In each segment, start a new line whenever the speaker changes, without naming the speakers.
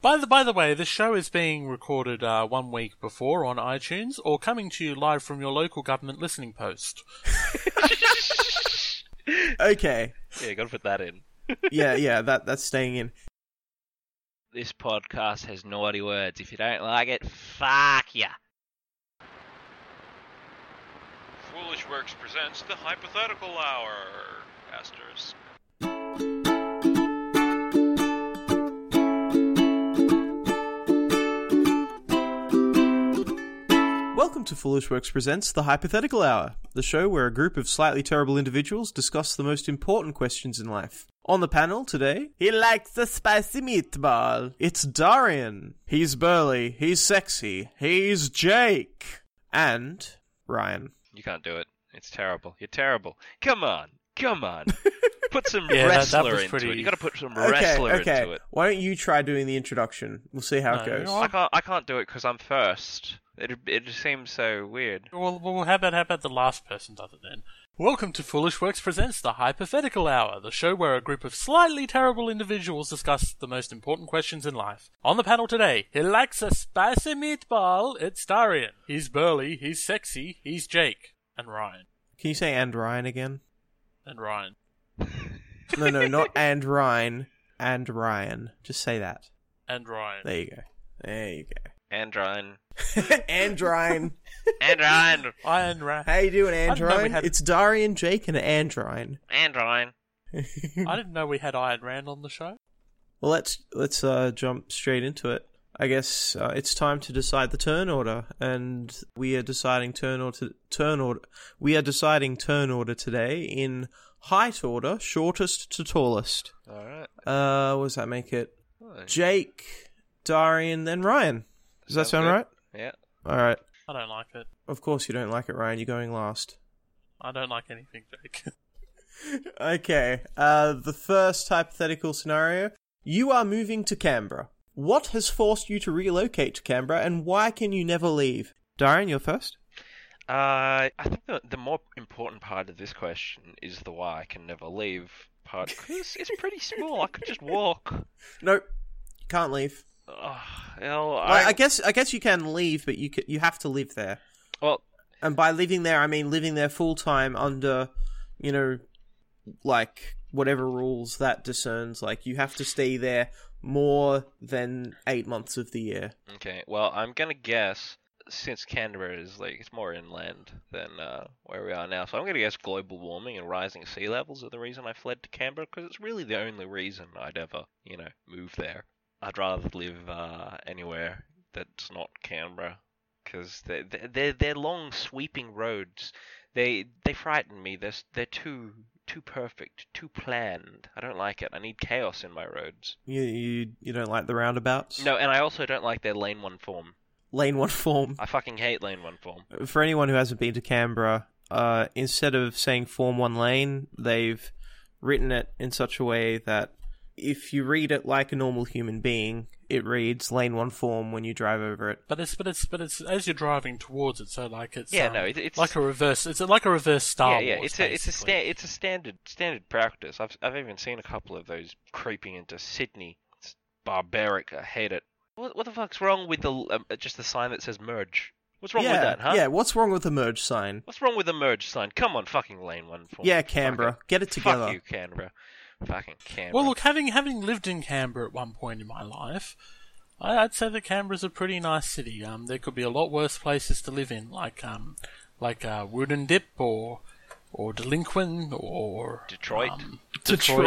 By the by the way, this show is being recorded uh, one week before on iTunes or coming to you live from your local government listening post.
Okay.
Yeah, gotta put that in.
Yeah, yeah, that that's staying in.
This podcast has naughty words. If you don't like it, fuck ya.
Foolish Works presents the Hypothetical Hour. Asterisk.
Welcome to Foolish Works presents the Hypothetical Hour, the show where a group of slightly terrible individuals discuss the most important questions in life. On the panel today, he likes the spicy meatball. It's Darian. He's burly. He's sexy. He's Jake. And Ryan.
You can't do it. It's terrible. You're terrible. Come on, come on. Put some
Yeah, that- that
wrestler
was
into
pretty-
it. You gotta put some wrestler
okay, okay.
into it.
Why don't you try doing the introduction? We'll see how
No,
it goes.
you're
I can't. I can't do it because I'm first. It it just seems so weird.
Well, well, how about how about the last person does it then? Welcome to Foolish Works presents the Hypothetical Hour, the show where a group of slightly terrible individuals discuss the most important questions in life. On the panel today, he likes a spicy meatball. It's Darian. He's burly. He's sexy. He's Jake and Ryan
Can you say and Ryan again?
and Ryan.
No, no, not and Ryan. And Ryan. Just say that.
And Ryan.
There you go. There you
Andrine.
go. and Ryan.
Andrine.
Iron Ryan.
How you doing,
I didn't know we
Andrine?
had-
It's Darian, Jake, and Andrine.
Andrine.
I didn't know we had Iron Rand on the show.
well, let's let's uh, jump straight into it. I guess uh, it's time to decide the turn order, and we are deciding turn order. Turn order. We are deciding turn order today in height order, shortest to tallest.
All right.
Uh, what does that make it? Jake, Darian, then Ryan. Does that sound right?
Yeah.
All right.
I don't like it.
Of course you don't like it, Ryan. You're going last.
I don't like anything, Jake.
Okay. Uh, the first hypothetical scenario you are moving to Canberra. What has forced you to relocate to Canberra and why can you never leave? Darren, you're first?
Uh, I think the, the more important part of this question is the why I can never leave part. 'cause it's, it's pretty small. I could just walk.
Nope. You can't leave.
Oh, well,
I,
I-
I guess I guess you can leave, but you c you have to live there.
well,
And by living there, I mean living there full time under, you know, like whatever rules that discerns. Like you have to stay there more than eight months of the year.
okay. Well, I'm gonna guess since Canberra is like it's more inland than uh, where we are now, so I'm gonna guess global warming and rising sea levels are the reason I fled to Canberra because it's really the only reason I'd ever, you know, move there. I'd rather live uh, anywhere that's not Canberra because they're, they're they're long sweeping roads. They they frighten me. They're s- they're too too perfect, too planned. I don't like it. I need chaos in my roads.
You you, you don't like the roundabouts?
No, and I also don't like their lane one form.
Lane one form.
I fucking hate lane one form.
for anyone who hasn't been to Canberra, uh, instead of saying form one lane, they've written it in such a way that if you read it like a normal human being, it reads lane one form when you drive over it.
But it's but it's but it's as you're driving towards it, so like it's
Yeah,
um,
no, it- it's-
like a reverse. It's like a reverse Star
yeah, yeah,
Wars.
it's a it's a
basically.
sta- it's a standard standard practice. I've I've even seen a couple of those creeping into Sydney. It's barbaric. I hate it. What what the fuck's wrong with the um, just the sign that says merge? What's wrong
yeah,
with that, huh?
Yeah, what's wrong with the merge sign?
What's wrong with the merge sign? Come on, fucking lane one form.
Yeah,
Fuck it.
Canberra, get it together.
Fuck you, Canberra. Fucking Canberra.
Well, look, having having lived in Canberra at one point in my life, I, I'd say that Canberra's a pretty nice city. Um, there could be a lot worse places to live in, like um, like uh, Wooden Dip or or Delinquent or
Detroit.
um,
Detroit.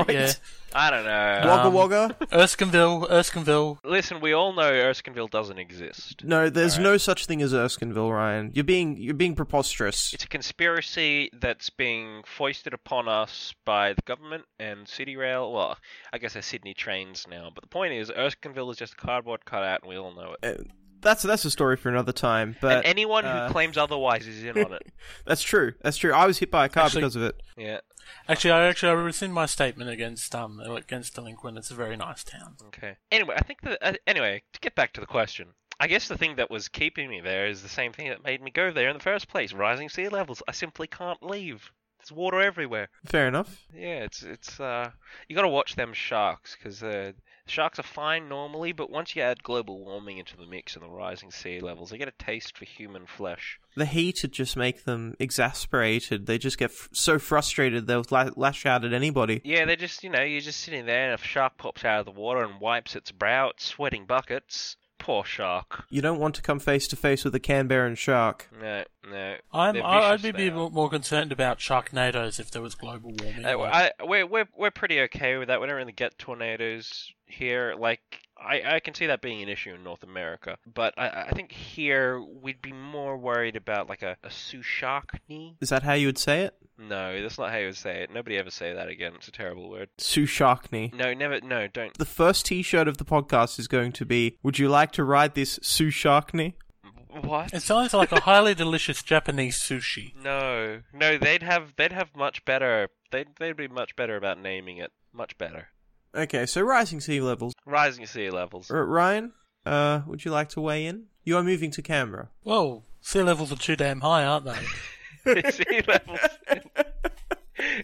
Detroit, yeah,
I don't know.
Wagga
Um,
Wagga?
Erskineville, Erskineville.
Listen, we all know Erskineville doesn't exist.
No, there's
Alright.
no such thing as Erskineville, Ryan. You're being you're being preposterous.
It's a conspiracy that's being foisted upon us by the government and City Rail. Well, I guess they're Sydney trains now, but the point is, Erskineville is just a cardboard cutout, and we all know it.
Uh, that's that's a story for another time. But
and anyone
uh,
who claims otherwise is in on it.
that's true. That's true. I was hit by a car
Actually-
because of it.
Yeah.
Actually, I actually I rescind my statement against um against Delinquent. It's a very nice town.
Okay. Anyway, I think that. Uh, anyway, to get back to the question, I guess the thing that was keeping me there is the same thing that made me go there in the first place: rising sea levels. I simply can't leave. There's water everywhere.
Fair enough.
Yeah, it's it's uh, you gotta watch them sharks because they're Sharks are fine normally, but once you add global warming into the mix and the rising sea levels, they get a taste for human flesh.
The heat would just make them exasperated. They just get f- so frustrated they'll la- lash out at anybody.
Yeah, they're just, you know, you're just sitting there and a shark pops out of the water and wipes its brow, it's sweating buckets. Poor shark.
You don't want to come face to face with a Canberran shark.
No, no.
I'm,
They're
I- I'd
vicious,
be, be
they are.
more more concerned about sharknadoes if there was global warming.
Uh, I, we're, we're, we're pretty okay with that. We don't really get tornadoes here. Like, I, I can see that being an issue in North America. But I, I think here we'd be more worried about, like, a, a sea shark knee.
Is that how you would say it?
No, that's not how you would say it. Nobody ever say that again. It's a terrible word.
Sue Sharkney.
No, never. No, don't.
The first T-shirt of the podcast is going to be, "Would you like to ride this Sue Sharkney?"
What?
It sounds like a highly delicious Japanese sushi.
No, no. They'd have. They'd have much better. They'd. They'd be much better about naming it. Much better.
Okay, so rising sea levels.
Rising sea levels.
R- Ryan, uh, would you like to weigh in? You are moving to Canberra.
Well, sea levels are too damn high, aren't they?
sea levels.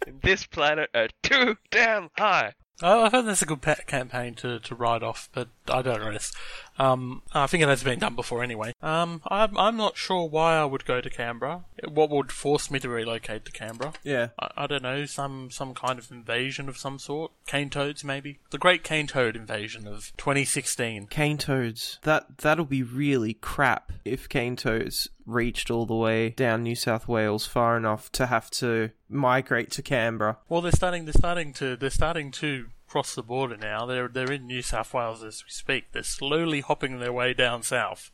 in this planet are too damn high.
I I think that's a good pa- campaign to, to write off, but I don't know this. Um, I think it has been done before anyway. Um, I'm, I'm not sure why I would go to Canberra. What would force me to relocate to Canberra?
Yeah.
I, I don't know, some, some kind of invasion of some sort? Cane toads, maybe? The Great Cane Toad Invasion of 2016.
Cane toads. That that'll be really crap if cane toads reached all the way down New South Wales far enough to have to migrate to Canberra.
Well, they're starting, they're starting to, they're starting to cross the border now. They're, they're in New South Wales as we speak. They're slowly hopping their way down south.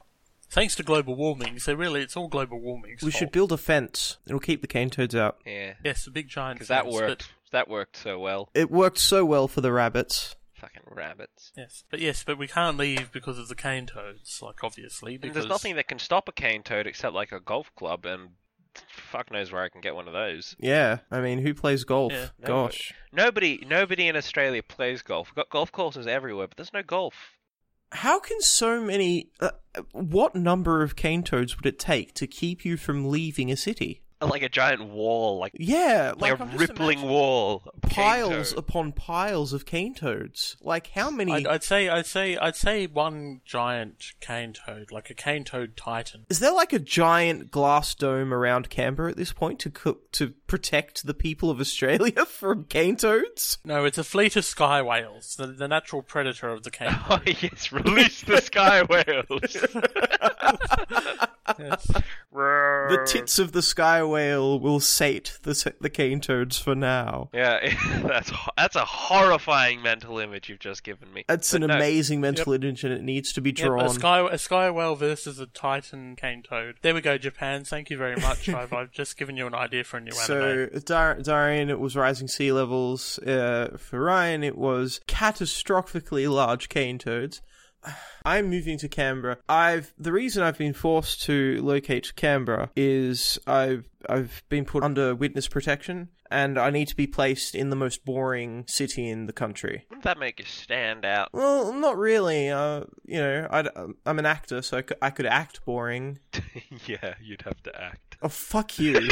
Thanks to global warming, so really it's all global warming.
We should build a fence. It'll keep the cane toads out.
Yeah,
Yes, the big giant.
because that
fence,
worked. That worked so well.
It worked so well for the rabbits.
Fucking rabbits.
But, yes, but yes, but we can't leave because of the cane toads, like obviously.
And
Because
There's nothing that can stop a cane toad except like a golf club, and fuck knows where I can get one of those.
Yeah, I mean, who plays golf?
Yeah,
no,
Gosh.
Nobody, nobody in Australia plays golf. We've got golf courses everywhere, but there's no golf.
How can so many? Uh, what number of cane toads would it take to keep you from leaving a city?
Like a giant wall, like
Yeah,
like,
like I'm
a
just
rippling
imagining
wall. of cane
piles
toad.
upon piles of cane toads. Like how many?
I'd, I'd say, I'd say, I'd say one giant cane toad, like a cane toad titan.
Is there like a giant glass dome around Canberra at this point to co- to protect the people of Australia from cane toads?
No, it's a fleet of sky whales, the, the natural predator of the cane.
Oh yes, release the sky
Yes.
whales.
The tits of the sky whale will sate the s- the cane toads for now.
Yeah, that's ho- that's a horrifying mental image you've just given me.
It's an
But no,
amazing mental image, and it needs to be
Yep,
drawn.
a sky a sky whale versus a titan cane toad. There we go, Japan. Thank you very much. I've, I've just given you an idea for a new anime.
So Dar- Darian, it was rising sea levels. Uh, for Ryan, it was catastrophically large cane toads. I'm moving to Canberra. I've the reason I've been forced to locate to Canberra is I've I've been put under witness protection and I need to be placed in the most boring city in the country.
Wouldn't that make you stand out?
Well, not really. Uh, you know, i am an actor, so I c- I could act boring.
yeah, you'd have to act.
Oh, fuck you!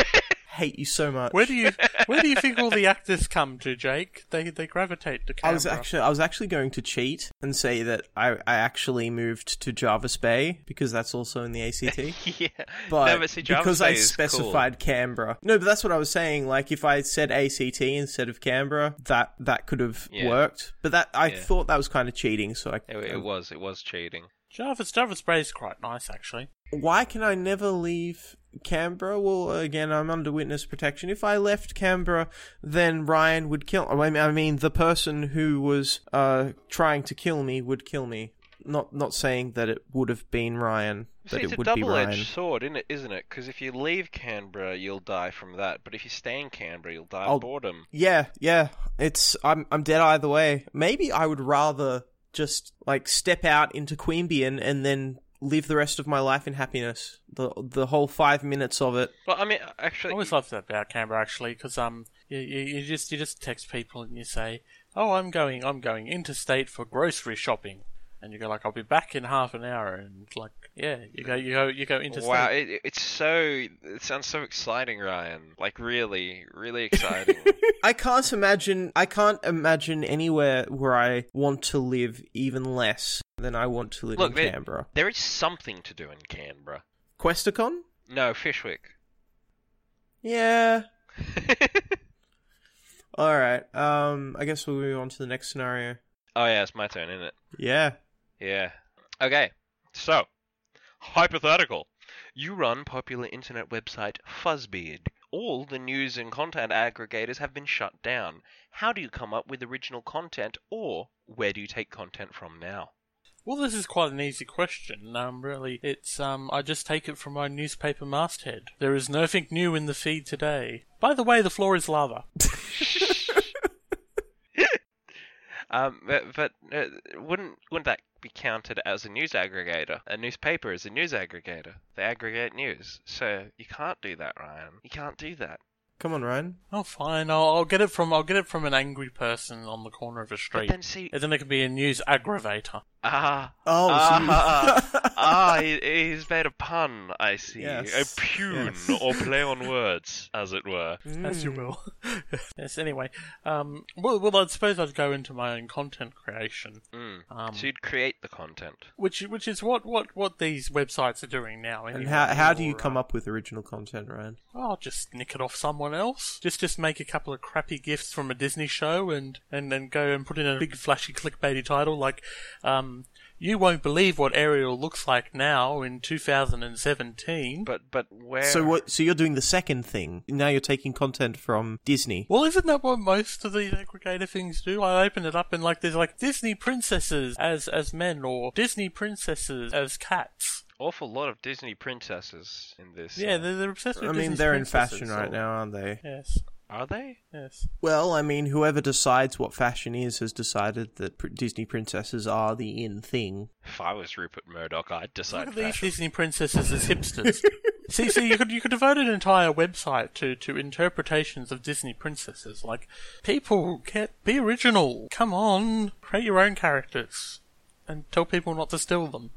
Hate you so much.
Where do you where do you think all the actors come to, Jake? They they gravitate to Canberra.
I was actually I was actually going to cheat and say that I, I actually moved to Jarvis Bay because that's also in the ACT.
yeah,
But,
no, but see, Jarvis
because
Bay
I
is
specified Canberra. No, but that's what I was saying. Like if I said ACT instead of Canberra, that that could have
Yeah.
worked. But that I
Yeah.
thought that was kind of cheating. So I,
cool. It, it was, it was cheating.
Jarvis Jarvis Bay's quite nice actually.
why can I never leave Canberra? Well, again, I'm under witness protection. If I left Canberra, then Ryan would kill. I mean, I mean, the person who was uh, trying to kill me would kill me. Not not saying that it would have been Ryan,
See,
that
it's
it
a
would be
double-edged
Ryan.
sword, isn't it? Isn't it? Because if you leave Canberra, you'll die from that. But if you stay in Canberra, you'll die
I'll-
of boredom.
Yeah, yeah. It's I'm I'm dead either way. Maybe I would rather just like step out into Queanbeyan and then live the rest of my life in happiness. The the whole five minutes of it.
Well, I mean,
I
actually,
always love that about Canberra actually, because um, you, you, you just you just text people and you say, "Oh, I'm going, I'm going interstate for grocery shopping," and you go like, "I'll be back in half an hour," and it's like, yeah, you go, you go, you go into
Wow,
sleep.
it, it- it's so. It sounds so exciting, Ryan. Like, really, really exciting.
I can't imagine. I can't imagine anywhere where I want to live even less than I want to live
Look,
in
they-
Canberra.
there is something to do in Canberra.
Questacon?
No, Fishwick.
Yeah. All right. Um, I guess we'll move on to the next scenario.
oh, yeah, it's my turn, isn't it?
Yeah.
Yeah. Okay, so. Hypothetical. You run popular internet website Fuzzbeard. All the news and content aggregators have been shut down. How do you come up with original content, or where do you take content from now?
Well, this is quite an easy question. Um, really, it's um, I just take it from my newspaper masthead. There is nothing new in the feed today. By the way, the floor is lava.
Um, but, but uh, wouldn't wouldn't that be counted as a news aggregator? A newspaper is a news aggregator. They aggregate news, so you can't do that, Ryan. You can't do that.
Come on, Ryan.
Oh, fine. I'll, I'll get it from I'll get it from an angry person on the corner of a
But
street.
then see,
and then it can be a news aggravator.
ah,
Oh, so you-
ah, ah, he, he's made a pun. I see,
Yes,
a pun
yes.
or play on words, as it were.
As
Hmm.
you will. yes. Anyway, um, well, well, I suppose I'd go into my own content creation.
Mm.
Um,
so you'd create the content.
which which is what, what, what these websites are doing now.
And
anyway,
how how do you
or,
come
uh,
up with original content, Ryan?
I'll just nick it off someone else. Just just make a couple of crappy gifts from a Disney show and and then go and put in a big flashy clickbaity title like, um, you won't believe what Ariel looks like now in 2017.
But but where?
So what? So you're doing the second thing now. You're taking content from Disney.
Well, isn't that what most of these aggregator things do? I open it up and like there's like Disney princesses as as men or Disney princesses as cats.
Awful lot of Disney princesses in this.
Yeah,
uh,
they're, they're obsessed with.
I mean,
Disney's
they're in
princesses,
fashion right
so-
now, aren't they?
Yes,
are they?
yes.
Well, I mean, whoever decides what fashion is has decided that pr- Disney princesses are the in thing.
If I was Rupert Murdoch, I'd decide
Look at these
fashion.
Disney princesses as hipsters. see, see, you could you could devote an entire website to to interpretations of Disney princesses. Like, people get be original. Come on, create your own characters, and tell people not to steal them.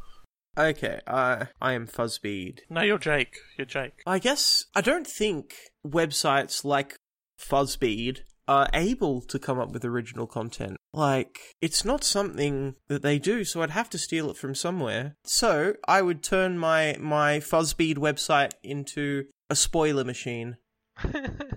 Okay, I I am Fuzzbead.
No, you're Jake. You're Jake.
I guess I don't think websites like Fuzzbead are able to come up with original content. Like, it's not something that they do, so I'd have to steal it from somewhere. So I would turn my my Fuzzbead website into a spoiler machine.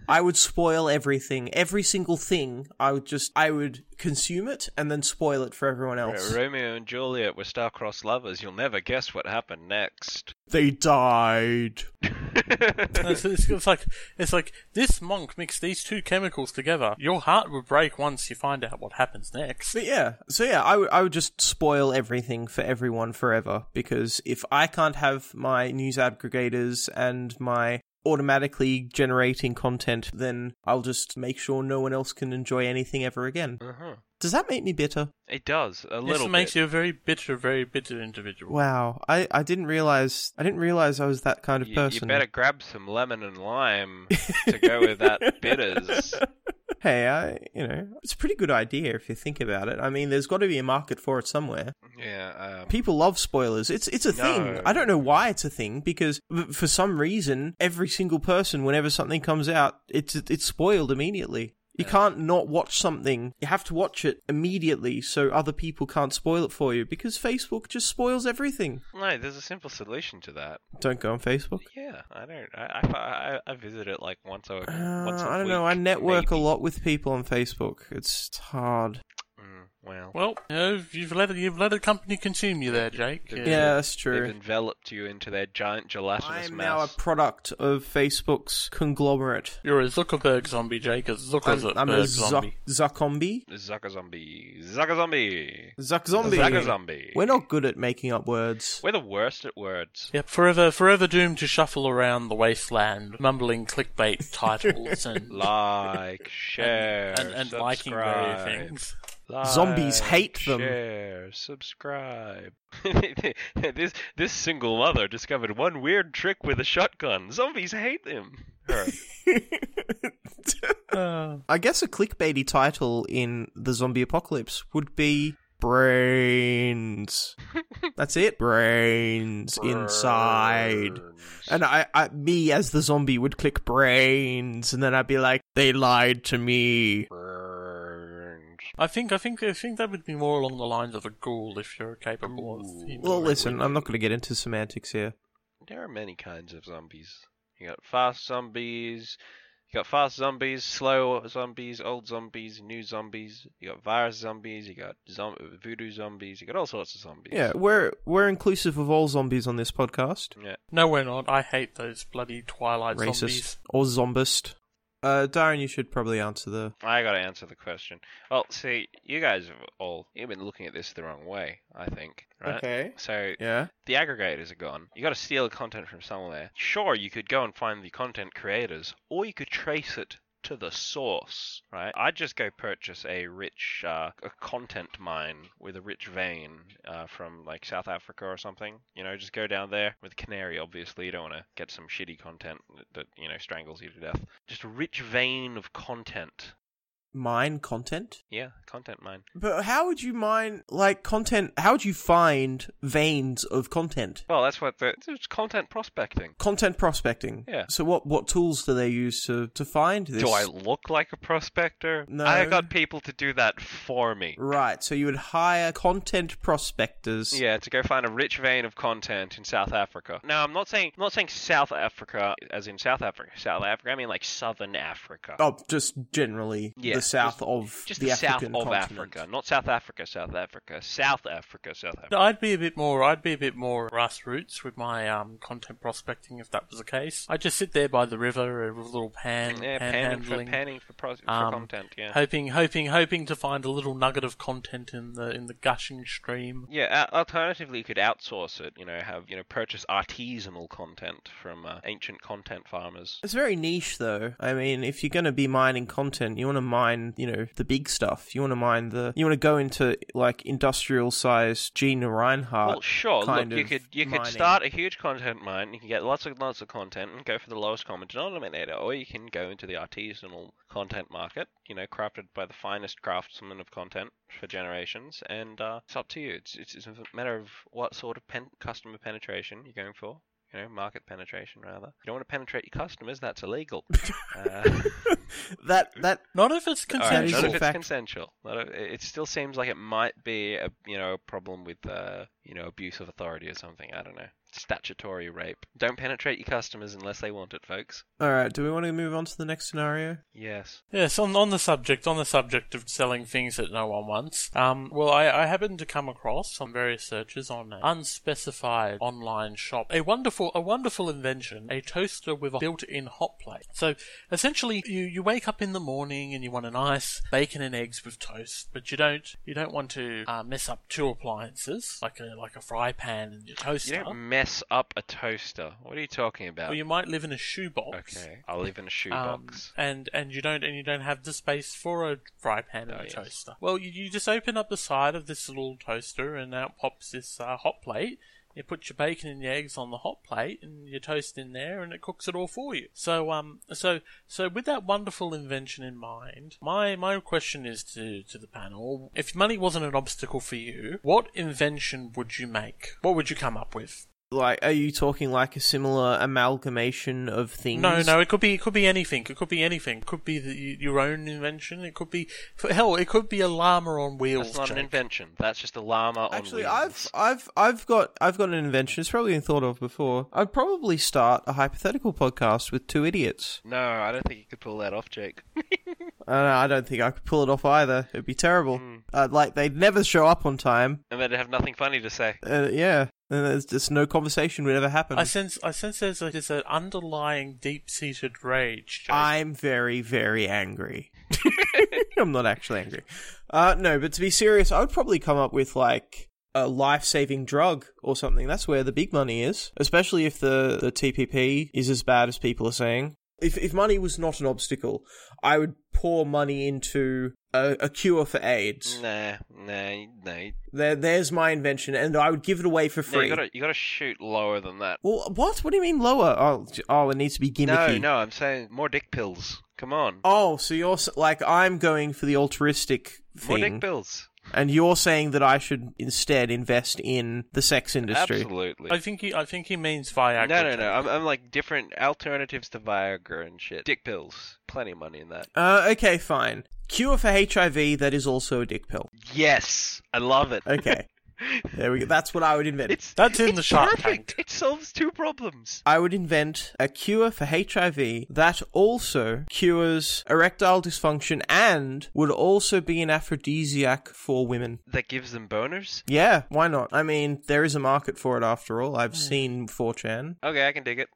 I would spoil everything, every single thing. I would just, I would consume it and then spoil it for everyone else.
Romeo and Juliet were star-crossed lovers. You'll never guess what happened next.
They died.
No, it's, it's, it's like it's like this monk mixed these two chemicals together. Your heart would break once you find out what happens next.
But yeah, so yeah, I would I would just spoil everything for everyone forever because if I can't have my news aggregators and my automatically generating content, then I'll just make sure no one else can enjoy anything ever again.
uh-huh.
Does that make me bitter?
It does a
This
little
makes
bit.
you a very bitter, very bitter individual.
Wow, I, I didn't realize I didn't realize I was that kind of
You- you,
person.
better grab some lemon and lime to go with that bitters.
Hey, I you know it's a pretty good idea if you think about it. I mean, there's got to be a market for it somewhere.
Yeah. Um,
People love spoilers. It's it's a
No.
thing. I don't know why it's a thing because v- for some reason every single person whenever something comes out it's it's spoiled immediately. You can't not watch something. You have to watch it immediately so other people can't spoil it for you because Facebook just spoils everything.
no, there's a simple solution to that.
Don't go on Facebook.
Yeah, I don't. I I, I, I visit it like once a
Uh,
once a
I don't know. I
week,
network
maybe.
a lot with people on Facebook. It's it's hard.
Mm, well,
Well, you know, you've let it, you've let a company consume you there, Jake.
Yeah.
Yeah, that's true.
they've enveloped you into their giant
I
gelatinous
am now a
mass.
product of Facebook's conglomerate.
You're a Zuckerberg zombie, Jake. A
I'm,
Zuckerberg
Uh,
I'm a
zombie.
Zuck Zuckombi.
Zucker zombie, Zucker zombie.
Zuck zombie.
Zucker zombie.
We're not good at making up words.
We're the worst at words.
Yep, forever, forever doomed to shuffle around the wasteland, mumbling clickbait titles and
Like, share,
and, and
subscribe.
liking various things.
Like,
Zombies hate them.
Share, subscribe. this this single mother discovered one weird trick with a shotgun. Zombies hate them. Her.
Uh,
I guess a clickbaity title in the zombie apocalypse would be Brains. That's it. Brains inside. And I, I, me as the zombie would click brains, and then I'd be like, "They lied to me."
Burns.
I think I think I think that would be more along the lines of a ghoul if you're capable of.
Ooh.
Well, listen, I'm not going to get into semantics here.
There are many kinds of zombies. You got fast zombies. You got fast zombies, slow zombies, old zombies, new zombies. You got virus zombies. You got zom- voodoo zombies. You got all sorts of zombies.
Yeah, we're we're inclusive of all zombies on this podcast.
Yeah.
No, we're not. I hate those bloody Twilight
Racist
zombies.
or zombist. Uh, Darren, you should probably answer the.
I gotta answer the question. Well, see, you guys have all you've been looking at this the wrong way. I think. Right?
Okay.
So
Yeah.
the aggregators are gone. You got to steal the content from somewhere. Sure, you could go and find the content creators, or you could trace it to the source, right? I'd just go purchase a rich uh, a content mine with a rich vein uh, from like South Africa or something. You know, just go down there with Canary. Obviously, you don't want to get some shitty content that, that you know strangles you to death. Just a rich vein of content.
Mine content.
Yeah, content mine.
But how would you mine like content? How would you find veins of content?
Well, that's what the it's content prospecting.
Content prospecting.
Yeah.
So what what tools do they use to to find this?
Do I look like a prospector?
No.
I got people to do that for me.
Right. So you would hire content prospectors.
Yeah, to go find a rich vein of content in South Africa. Now, I'm not saying I'm not saying South Africa as in South Africa, South Africa. I mean like Southern Africa.
Oh, just generally
Yeah,
the south
just-
of
Just
the,
the, south
African
of
continent.
Africa, not South Africa, South Africa, South Africa, South Africa.
I'd be a bit more. I'd be a bit more grassroots with my um, content prospecting if that was the case. I just sit there by the river uh, with a little pan,
yeah, panning for,
panhandling,
panning for, pros for
um,
content. Yeah.
hoping, hoping, hoping to find a little nugget of content in the in the gushing stream.
Yeah, al- alternatively, you could outsource it. You know, have you know purchase artisanal content from uh, ancient content farmers.
It's very niche, though. I mean, if you're going to be mining content, you want to mine, you know, the big stuff. You want to mine the. You want to go into like industrial-sized Gina Reinhardt.
Well, sure.
Uh, kind
Look, you
of
could you could
mining.
start a huge content mine. You can get lots and lots of content and go for the lowest common denominator, or you can go into the artisanal content market. You know, crafted by the finest craftsmen of content for generations, and uh, it's up to you. It's, it's it's a matter of what sort of pen- customer penetration you're going for. You know, market penetration rather. You don't want to penetrate your customers. That's illegal. uh,
that that
Not if it's
All right,
That
consensual.
is
not
a
if it's
fact.
consensual. Not if- it still seems like it might be a you know a problem with uh, you know abuse of authority or something. I don't know. Statutory rape. Don't penetrate your customers unless they want it, folks.
All right. Do we want to move on to the next scenario?
Yes.
Yes, on, on the subject, on the subject of selling things that no one wants. Um, well, I, I happened to come across on various searches on an unspecified online shop a wonderful, a wonderful invention, a toaster with a built-in hot plate. So essentially, you, you wake up in the morning and you want a nice bacon and eggs with toast, but you don't you don't want to uh, mess up two appliances like a like a fry pan and your toaster.
You don't mess up a toaster. What are you talking about?
or you might live in a shoebox.
Okay. I live in a shoebox.
Um, and and you don't and you don't have the space for a fry pan and
Oh,
a
yes.
toaster. Well, you, you just open up the side of this little toaster, and out pops this uh, hot plate. You put your bacon and your eggs on the hot plate, and your toast in there, and it cooks it all for you. So um, so so with that wonderful invention in mind, my my question is to to the panel: If money wasn't an obstacle for you, what invention would you make? What would you come up with?
Like, are you talking like a similar amalgamation of things?
No, no, it could be it could be anything. It could be anything. It could be the, your own invention. It could be f- hell. It could be a llama on wheels.
That's not an
Jake.
invention. That's just a llama
Actually,
on
I've
wheels.
I've I've got I've got an invention. It's probably been thought of before. I'd probably start a hypothetical podcast with two idiots.
No, I don't think you could pull that off, Jake.
I don't, know, I don't think I could pull it off either. It'd be terrible. Uh, like they'd never show up on time.
and they'd have nothing funny to say.
Uh, yeah, and there's just no conversation would ever happen.
I sense I sense there's a, there's an underlying deep seated rage. Jake.
I'm very, very angry. I'm not actually angry. Uh, no, but to be serious, I would probably come up with like a life saving drug or something. That's where the big money is, especially if the, the TPP is as bad as people are saying. If, if money was not an obstacle, I would pour money into a, a cure for AIDS.
Nah, nah, nah.
There, there's my invention, and I would give it away for
No,
free.
you gotta you gotta shoot lower than that.
Well, what? What do you mean lower? Oh, j- oh, it needs to be
No,
gimmicky.
no, I'm saying more dick pills. Come on.
Oh, so you're s- like I'm going for the altruistic
more dick
thing.
pills.
And you're saying that I should instead invest in the sex industry.
Absolutely.
I think he, I think he means Viagra.
No, no,
Jake.
no. I'm, I'm like different alternatives to Viagra and shit. Dick pills. Plenty of money in that.
Uh, okay, fine. Cure for HIV that is also a dick pill.
Yes, I love it.
Okay, there we go. That's what I would invent.
It's
That's in
it's
the Shark
perfect.
Tank.
It solves two problems.
I would invent a cure for HIV that also cures erectile dysfunction and would also be an aphrodisiac for women.
That gives them boners.
Yeah, why not? I mean, there is a market for it after all. I've seen 4chan.
Okay, I can dig it.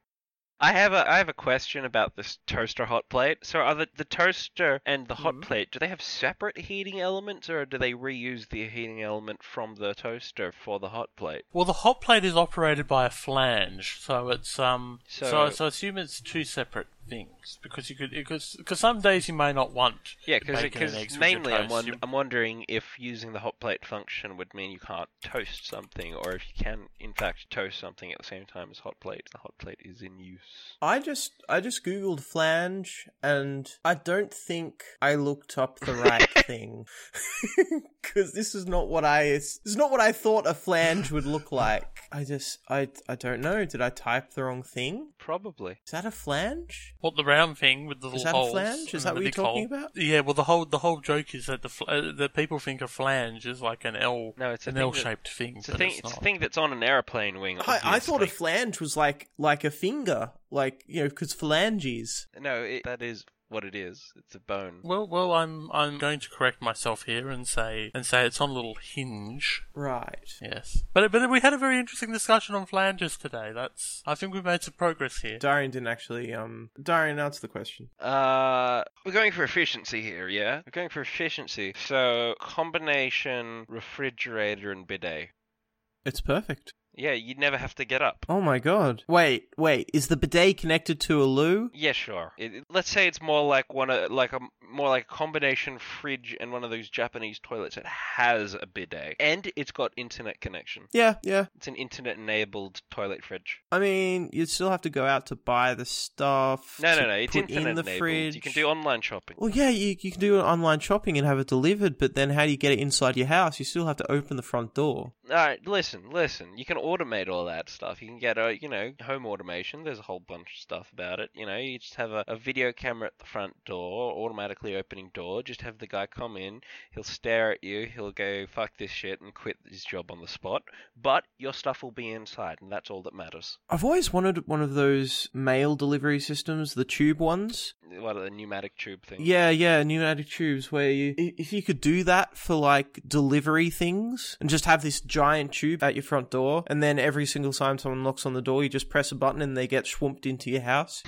I have a I have a question about this toaster hot plate. So are the, the toaster and the
Mm-hmm.
hot plate do they have separate heating elements or do they reuse the heating element from the toaster for the hot plate?
Well, the hot plate is operated by a flange, so it's um, so so,
So-
I assume it's two separate things because you could because because some days you may not want
Yeah, because
bacon and eggs with your
mainly I'm,
toast.
won-
You-
I'm wondering if using the hot plate function would mean you can't toast something, or if you can in fact toast something at the same time as hot plate. The hot plate is in use.
I just I just googled flange and I don't think I looked up the right thing cuz this is not what I this is not what I thought a flange would look like. I just I I don't know. Did I type the wrong thing?
Probably.
Is that a flange?
What the round thing with the
Is
little
that a
holes?
flange? Is
and
that
the
what you're
big
talking
hole.
about?
Yeah. Well, the whole the whole joke is that the fl- uh, that people think a flange is like an L.
No, it's a
an
thing that-
L-shaped thing.
It's a
but
thing.
It's,
It's a
not.
thing that's on an airplane wing.
I, I thought a
obviously.
flange was like like a finger, like you know, because phalanges.
No, it, that is what it is. It's a bone.
Well, well, I'm I'm going to correct myself here and say and say it's on a little hinge.
Right.
Yes, but but we had a very interesting discussion on flanges today. That's I think we've made some progress here.
Darian didn't actually. Um, Darian, answer the question.
Uh, we're going for efficiency here, yeah? We're going for efficiency. So, combination refrigerator and bidet.
It's perfect.
Yeah, you'd never have to get up.
Oh my god. Wait, wait. Is the bidet connected to a loo?
Yeah, sure. It, it- let's say it's more like one of like a more like a combination fridge and one of those Japanese toilets that has a bidet and it's got internet connection.
Yeah, yeah.
It's an internet-enabled toilet fridge.
I mean, you'd still have to go out to buy the stuff.
No,
to
no, no. It's
put in the
internet-enabled.
fridge.
You can do online shopping.
Well, yeah, you you can do online shopping and have it delivered, but then how do you get it inside your house? You still have to open the front door.
All right, listen, listen. You can automate all that stuff. You can get a, you know, home automation. There's a whole bunch of stuff about it. You know, you just have a, a video camera at the front door, automatically opening door. Just have the guy come in. He'll stare at you. He'll go fuck this shit and quit his job on the spot. But your stuff will be inside, and that's all that matters.
I've always wanted one of those mail delivery systems, the tube ones.
What the pneumatic tube thing?
Yeah, yeah, pneumatic tubes where you i- if you could do that for like delivery things and just have this giant tube at your front door and then every single time someone knocks on the door you just press a button and they get swooped into your house.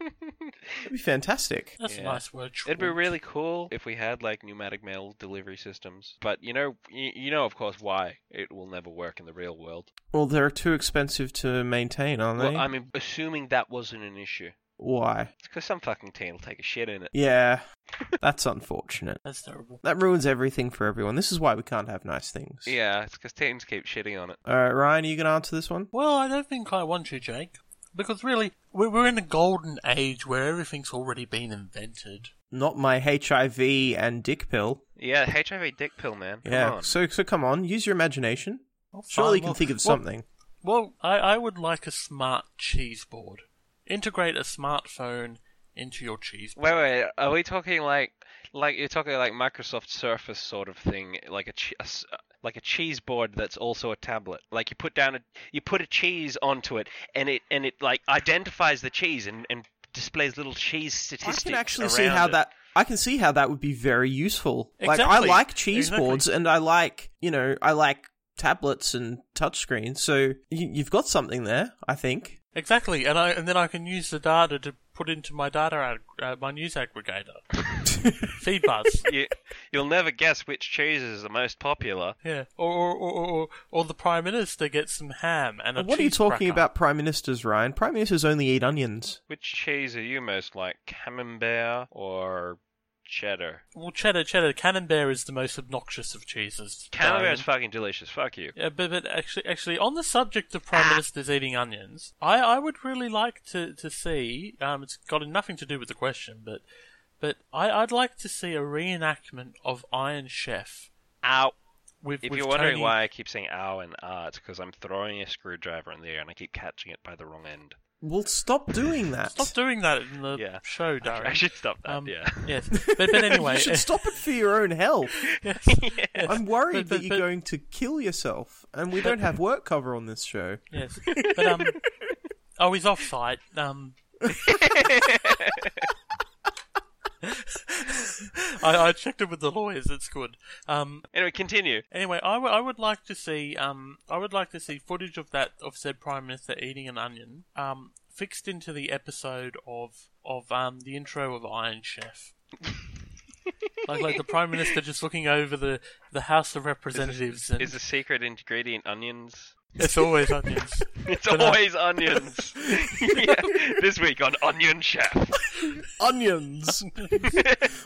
That'd be fantastic.
That's
Yeah.
a nice word.
It'd be
schwant.
really cool if we had like pneumatic mail delivery systems, but you know, you, you know, of course, why it will never work in the real world.
Well, they're too expensive to maintain, aren't they?
Well, I mean, assuming that wasn't an issue.
Why?
It's because some fucking teen will take a shit in it.
Yeah. That's unfortunate.
That's terrible.
That ruins everything for everyone. This is why we can't have nice things.
Yeah, it's because teens keep shitting on it.
All right, Ryan, are you going to answer this one?
Well, I don't think I want to, Jake, because really, we're, we're in a golden age where everything's already been invented.
Not my HIV and dick pill.
Yeah, HIV dick pill, man. Come
Yeah.
on.
So so come on, use your imagination.
Well,
Surely
fine,
you can
well-
think of
well-
something.
Well, I, I would like a smart cheese board. Integrate a smartphone into your cheese board.
Wait, wait, are we talking like, like you're talking like Microsoft Surface sort of thing, like a, che- a s- like a cheese board that's also a tablet. Like you put down a, you put a cheese onto it, and it and it like identifies the cheese and and displays little cheese
I
statistics.
can actually see
around
how
it.
that I can see how that would be very useful. Like I
Exactly.
like cheese
Exactly.
boards and I like, you know, I like tablets and touchscreens. So you, you've got something there, I think.
Exactly, and I and then I can use the data to put into my data ag- uh, my news aggregator, Feedbuzz.
You, you'll never guess which cheese is the most popular.
Yeah, or or, or, or- or or the prime minister gets some ham and a
what are you
cheese
talking
cracker.
about prime ministers, Ryan? Prime ministers only eat onions.
Which cheese are you most like, camembert or cheddar?
Well, cheddar, cheddar, Camembert is the most obnoxious of cheeses.
Camembert
Darren.
is fucking delicious. Fuck you.
Yeah, but, but actually, actually, on the subject of
Ah.
prime ministers eating onions, I, I would really like to to see. Um, it's got nothing to do with the question, but but I, I'd like to see a reenactment of Iron Chef
Ow.
With,
If
with
you're wondering
Tony-
why I keep saying ow and ah, it's because I'm throwing a screwdriver in the air and I keep catching it by the wrong end.
Well, stop doing that.
Stop doing that in the
Yeah.
show, Darren.
I should stop that,
Um,
yeah.
Yes, but, but anyway,
you should stop it for your own health.
yes,
I'm worried
But- but-
that you're
but-
going to kill yourself, and we don't have work cover on this show.
yes. But um, oh, he's off site. Um, I, I checked it with the lawyers. It's good. Um,
Anyway, continue.
Anyway, I, w- I would like to see um I would like to see footage of that of said prime minister eating an onion um fixed into the episode of of um the intro of Iron Chef. like like the prime minister just looking over the the House of Representatives and
Is the secret ingredient onions?
it's always onions.
It's
But, uh,
always onions. Yeah, This week on Onion Chef.
Onions.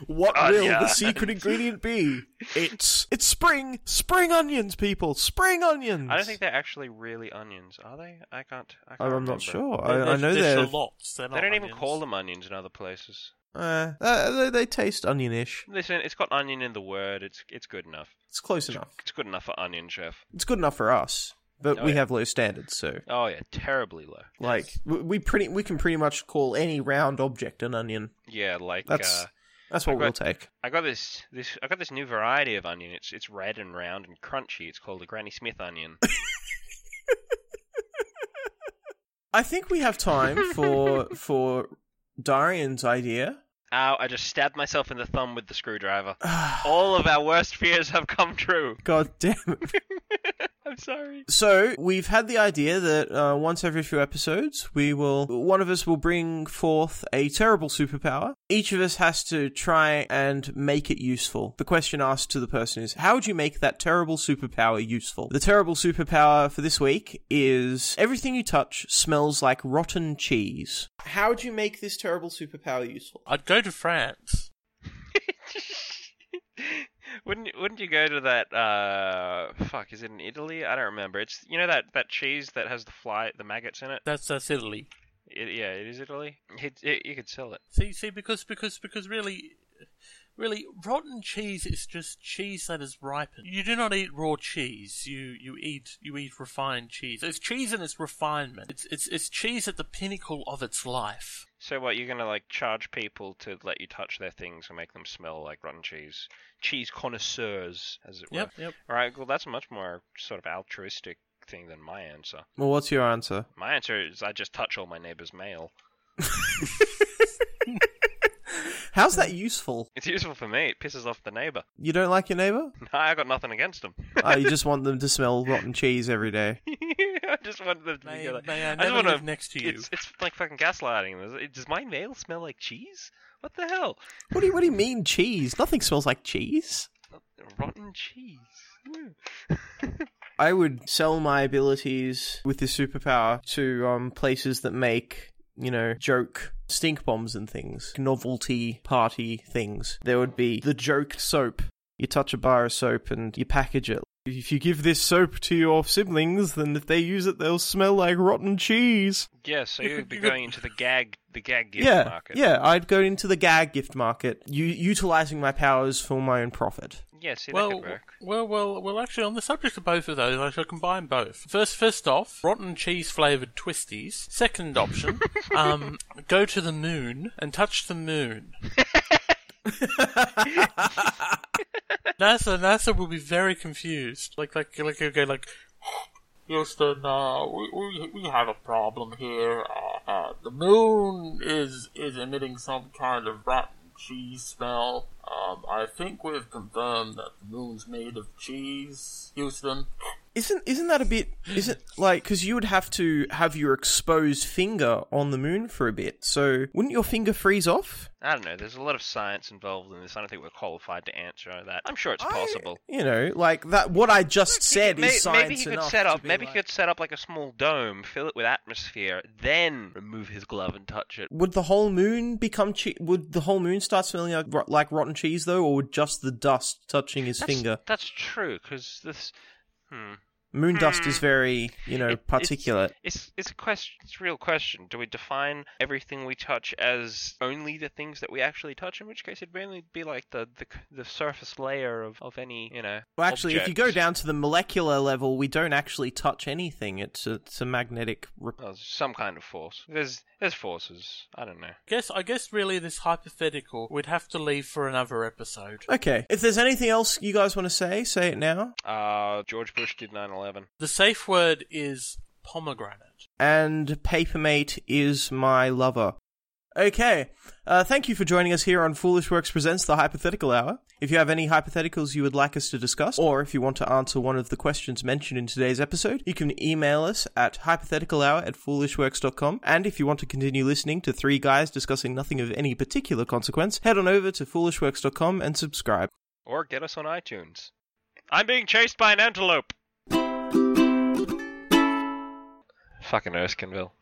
what will the
Onions.
secret ingredient be? It's it's spring, spring onions, people, spring onions.
I don't think they're actually really onions, are they? I can't. I can't
Oh, I'm
remember.
not sure.
They're-
I, I
they're-
know
they're
they're.
shallots. They're
They
not
don't even
onions.
call them onions in other places.
Uh, uh, they, they taste onionish.
Listen, it's got onion in the word. It's it's good enough.
It's close enough.
It's good enough for onion chef.
It's good enough for us, but
Oh,
we
yeah.
have low standards, so
Oh yeah, terribly low.
like we, we pretty we can pretty much call any round object an onion.
Yeah, like
That's
uh,
that's what
I've got-
we'll take.
I got this this I got this new variety of onion. It's it's red and round and crunchy. It's called a Granny Smith onion.
I think we have time for for Darian's idea.
Ow! I just stabbed myself in the thumb with the screwdriver. All of our worst fears have come true.
God damn it.
I'm sorry.
So, we've had the idea that uh, once every few episodes, we will, one of us will bring forth a terrible superpower. Each of us has to try and make it useful. The question asked to the person is, how would you make that terrible superpower useful? The terrible superpower for this week is everything you touch smells like rotten cheese. How would you make this terrible superpower useful?
I'd go to France.
wouldn't wouldn't you go to that uh fuck is it in Italy? I don't remember. It's you know that that cheese that has the fly the maggots in it?
That's that's Italy.
It, yeah, it is Italy. It, it, you could sell it.
See, see, because because because really, really, rotten cheese is just cheese that is ripened. You do not eat raw cheese. You you eat you eat refined cheese. It's cheese and it's refinement. It's it's it's cheese at the pinnacle of its life.
So what? You're gonna like charge people to let you touch their things and make them smell like rotten cheese, cheese connoisseurs, as it were.
Yep, yep.
All right. Well, that's a much more sort of altruistic thing than my answer.
Well, what's your answer?
My answer is I just touch all my neighbor's mail.
How's that useful?
It's useful for me. It pisses off the neighbor.
You don't like your neighbor?
I got nothing against them.
Ah, you just want them to smell rotten cheese every day.
I just want them to
May-
be like.
may I
just
uh, never
wanna-
live next to you.
It's, it's like fucking gaslighting. Is- Does my mail smell like cheese? What the hell?
What do you What do you mean cheese? Nothing smells like cheese.
Rotten cheese. Mm.
I would sell my abilities with this superpower to um, places that make you know joke stink bombs and things, novelty party things. There would be the joke soap. You touch a bar of soap and you package it. If you give this soap to your siblings, then if they use it, they'll smell like rotten cheese.
Yeah, so
You
you would
could-
be
you could-
going into the gag, the gag gift
yeah,
market.
yeah. I'd go into the gag gift market, u- utilizing my powers for my own profit.
Yeah, see, that
Well,
could work.
well, well, well. Actually, on the subject of both of those, I shall combine both. First, first off, rotten cheese flavored twisties. Second option, um, go to the moon and touch the moon. NASA, NASA will be very confused. Like, like, like, okay, like. Houston, uh, we, we, we have a problem here. Uh, uh, the moon is is emitting some kind of rotten cheese smell. Um, I think we've confirmed that the moon's made of cheese, Houston.
Isn't isn't that a bit? Isn't like because you would have to have your exposed finger on the moon for a bit. So wouldn't your finger freeze off?
I don't know. There's a lot of science involved in this. I don't think we're qualified to answer that. I'm sure it's possible.
I- you know, like that. What I just said
Maybe,
is science
maybe he could
enough
set
to
up.
be
Maybe
like-
he could set up like a small dome, fill it with atmosphere, then remove his glove and touch it.
Would the whole moon become? Che- would the whole moon start smelling like, ro- like rotten cheese though, or would just the dust touching his
That's-
finger?
That's true because this. Hmm.
Moon dust is
Hmm.
very, you know,
It- it's-
particulate.
It's it's a question. It's a real question. Do we define everything we touch as only the things that we actually touch? In which case, it'd only be like the the, c- the surface layer of, of any you know.
Well, actually, if you go
object.
down to the molecular level, we don't actually touch anything. It's a, it's a magnetic. Rep-
Well, some kind of force. There's there's forces. I don't know.
Guess I guess really this hypothetical we'd have to leave for another episode.
okay. If there's anything else you guys want to say, say it now.
Uh, George Bush did 9/11.
The safe word is pomegranate.
and Papermate is my lover. Okay, uh, thank you for joining us here on Foolish Works Presents the Hypothetical Hour. If you have any hypotheticals you would like us to discuss, or if you want to answer one of the questions mentioned in today's episode, you can email us at hypotheticalhour at foolishworks.com. And if you want to continue listening to three guys discussing nothing of any particular consequence, head on over to foolishworks.com and subscribe.
Or get us on iTunes. I'm being chased by an antelope. Fucking Erskineville.